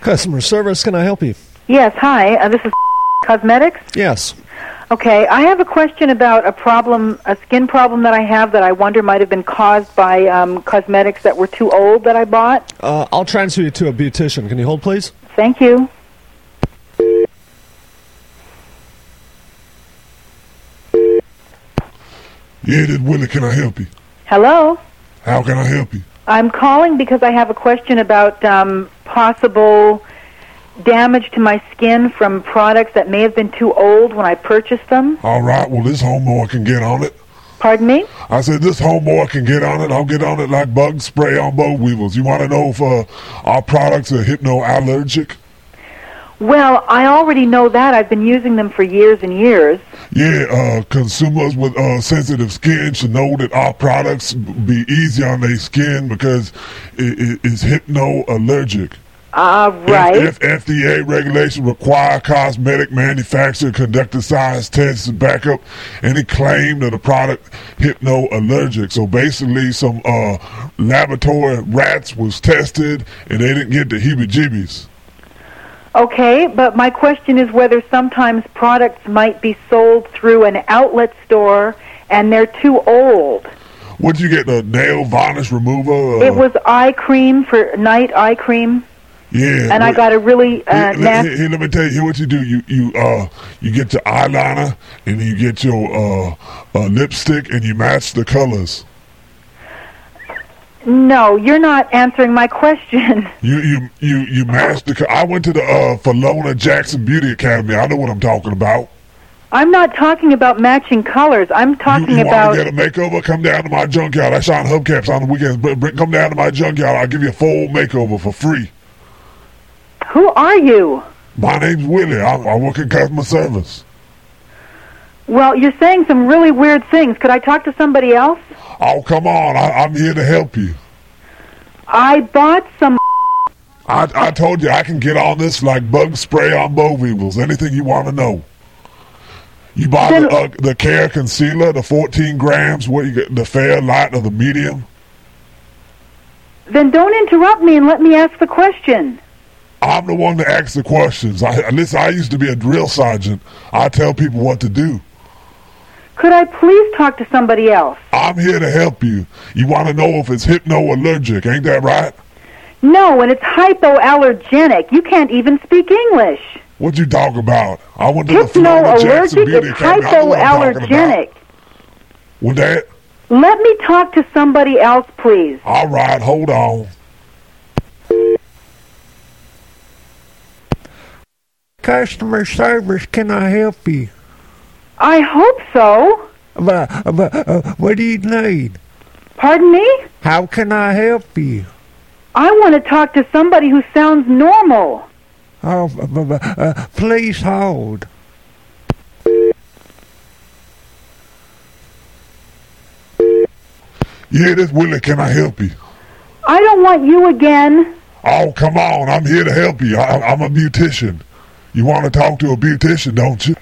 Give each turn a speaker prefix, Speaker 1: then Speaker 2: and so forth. Speaker 1: Customer service, can I help you?
Speaker 2: Yes, hi. Uh, this is Cosmetics.
Speaker 1: Yes.
Speaker 2: Okay, I have a question about a problem, a skin problem that I have that I wonder might have been caused by um, cosmetics that were too old that I bought.
Speaker 1: Uh, I'll transfer you to a beautician. Can you hold, please?
Speaker 2: Thank you.
Speaker 3: Yeah, this Willie. Can I help you?
Speaker 2: Hello?
Speaker 3: How can I help you?
Speaker 2: I'm calling because I have a question about um, possible damage to my skin from products that may have been too old when I purchased them.
Speaker 3: All right. Well, this homeboy can get on it.
Speaker 2: Pardon me?
Speaker 3: I said this homeboy can get on it. I'll get on it like bug spray on bow weevils. You want to know if uh, our products are hypnoallergic?
Speaker 2: Well, I already know that. I've been using them for years and years.
Speaker 3: Yeah, uh, consumers with uh, sensitive skin should know that our products be easy on their skin because it, it, it's hypnoallergic.
Speaker 2: Uh, right.
Speaker 3: If, if FDA regulation require cosmetic manufacturer conduct a science tests to back up any claim that a product hypnoallergic. So basically, some uh, laboratory rats was tested and they didn't get the heebie-jeebies.
Speaker 2: Okay, but my question is whether sometimes products might be sold through an outlet store and they're too old.
Speaker 3: What did you get? The nail varnish remover? Uh,
Speaker 2: It was eye cream for night eye cream,
Speaker 3: yeah.
Speaker 2: and I
Speaker 3: wait.
Speaker 2: got a really uh,
Speaker 3: Here, let,
Speaker 2: nasty.
Speaker 3: here- here, let me tell you here what you do. You you uh you get your eyeliner and you get your uh, uh lipstick and you match the colors.
Speaker 2: No, you're not answering my question.
Speaker 3: You you you you match the. Co- I went to the uh Falona Jackson Beauty Academy. I know what I'm talking about.
Speaker 2: I'm not talking about matching colors. I'm
Speaker 3: You,
Speaker 2: talking
Speaker 3: you
Speaker 2: about.
Speaker 3: want to get a makeover? Come down to my junkyard. I shine hubcaps on the weekends. But bring, come down to my junkyard. I'll give you a full makeover for free.
Speaker 2: Who are you?
Speaker 3: My name's Willie. I, I work in customer service.
Speaker 2: Well, you're saying some really weird things. Could I talk to somebody else?
Speaker 3: Oh come on! I, I'm here to help you.
Speaker 2: I bought some.
Speaker 3: I, I told you I can get on this like bug spray on bow weevils. Anything you want to know. You buy the, uh, the Care Concealer, the 14 grams, where you get the fair light or the medium.
Speaker 2: Then don't interrupt me and let me ask the question.
Speaker 3: I'm the one to ask the questions. I, listen, I used to be a drill sergeant. I tell people what to do.
Speaker 2: Could I please talk to somebody else?
Speaker 3: I'm here to help you. You want to know if it's hypnoallergic, ain't that right?
Speaker 2: No, and it's hypoallergenic. You can't even speak English.
Speaker 3: What you talking about? I went to the Florida Jackson
Speaker 2: Hypnoallergic
Speaker 3: Beauty
Speaker 2: is
Speaker 3: Academy. I know what I'm talking about.
Speaker 2: hypoallergenic.
Speaker 3: With that,
Speaker 2: Let me talk to somebody else, please.
Speaker 3: all right, hold on.
Speaker 4: Customer service, can I help you?
Speaker 2: I hope so.
Speaker 4: But, but, uh, what do you need?
Speaker 2: Pardon me?
Speaker 4: How can I help you?
Speaker 2: I want to talk to somebody who sounds normal.
Speaker 4: Oh, bu- bu- bu- uh, please hold.
Speaker 3: Yeah, this Willie, can I help you?
Speaker 2: I don't want you again.
Speaker 3: Oh, come on. I'm here to help you. I, I'm a beautician. You want to talk to a beautician, don't you?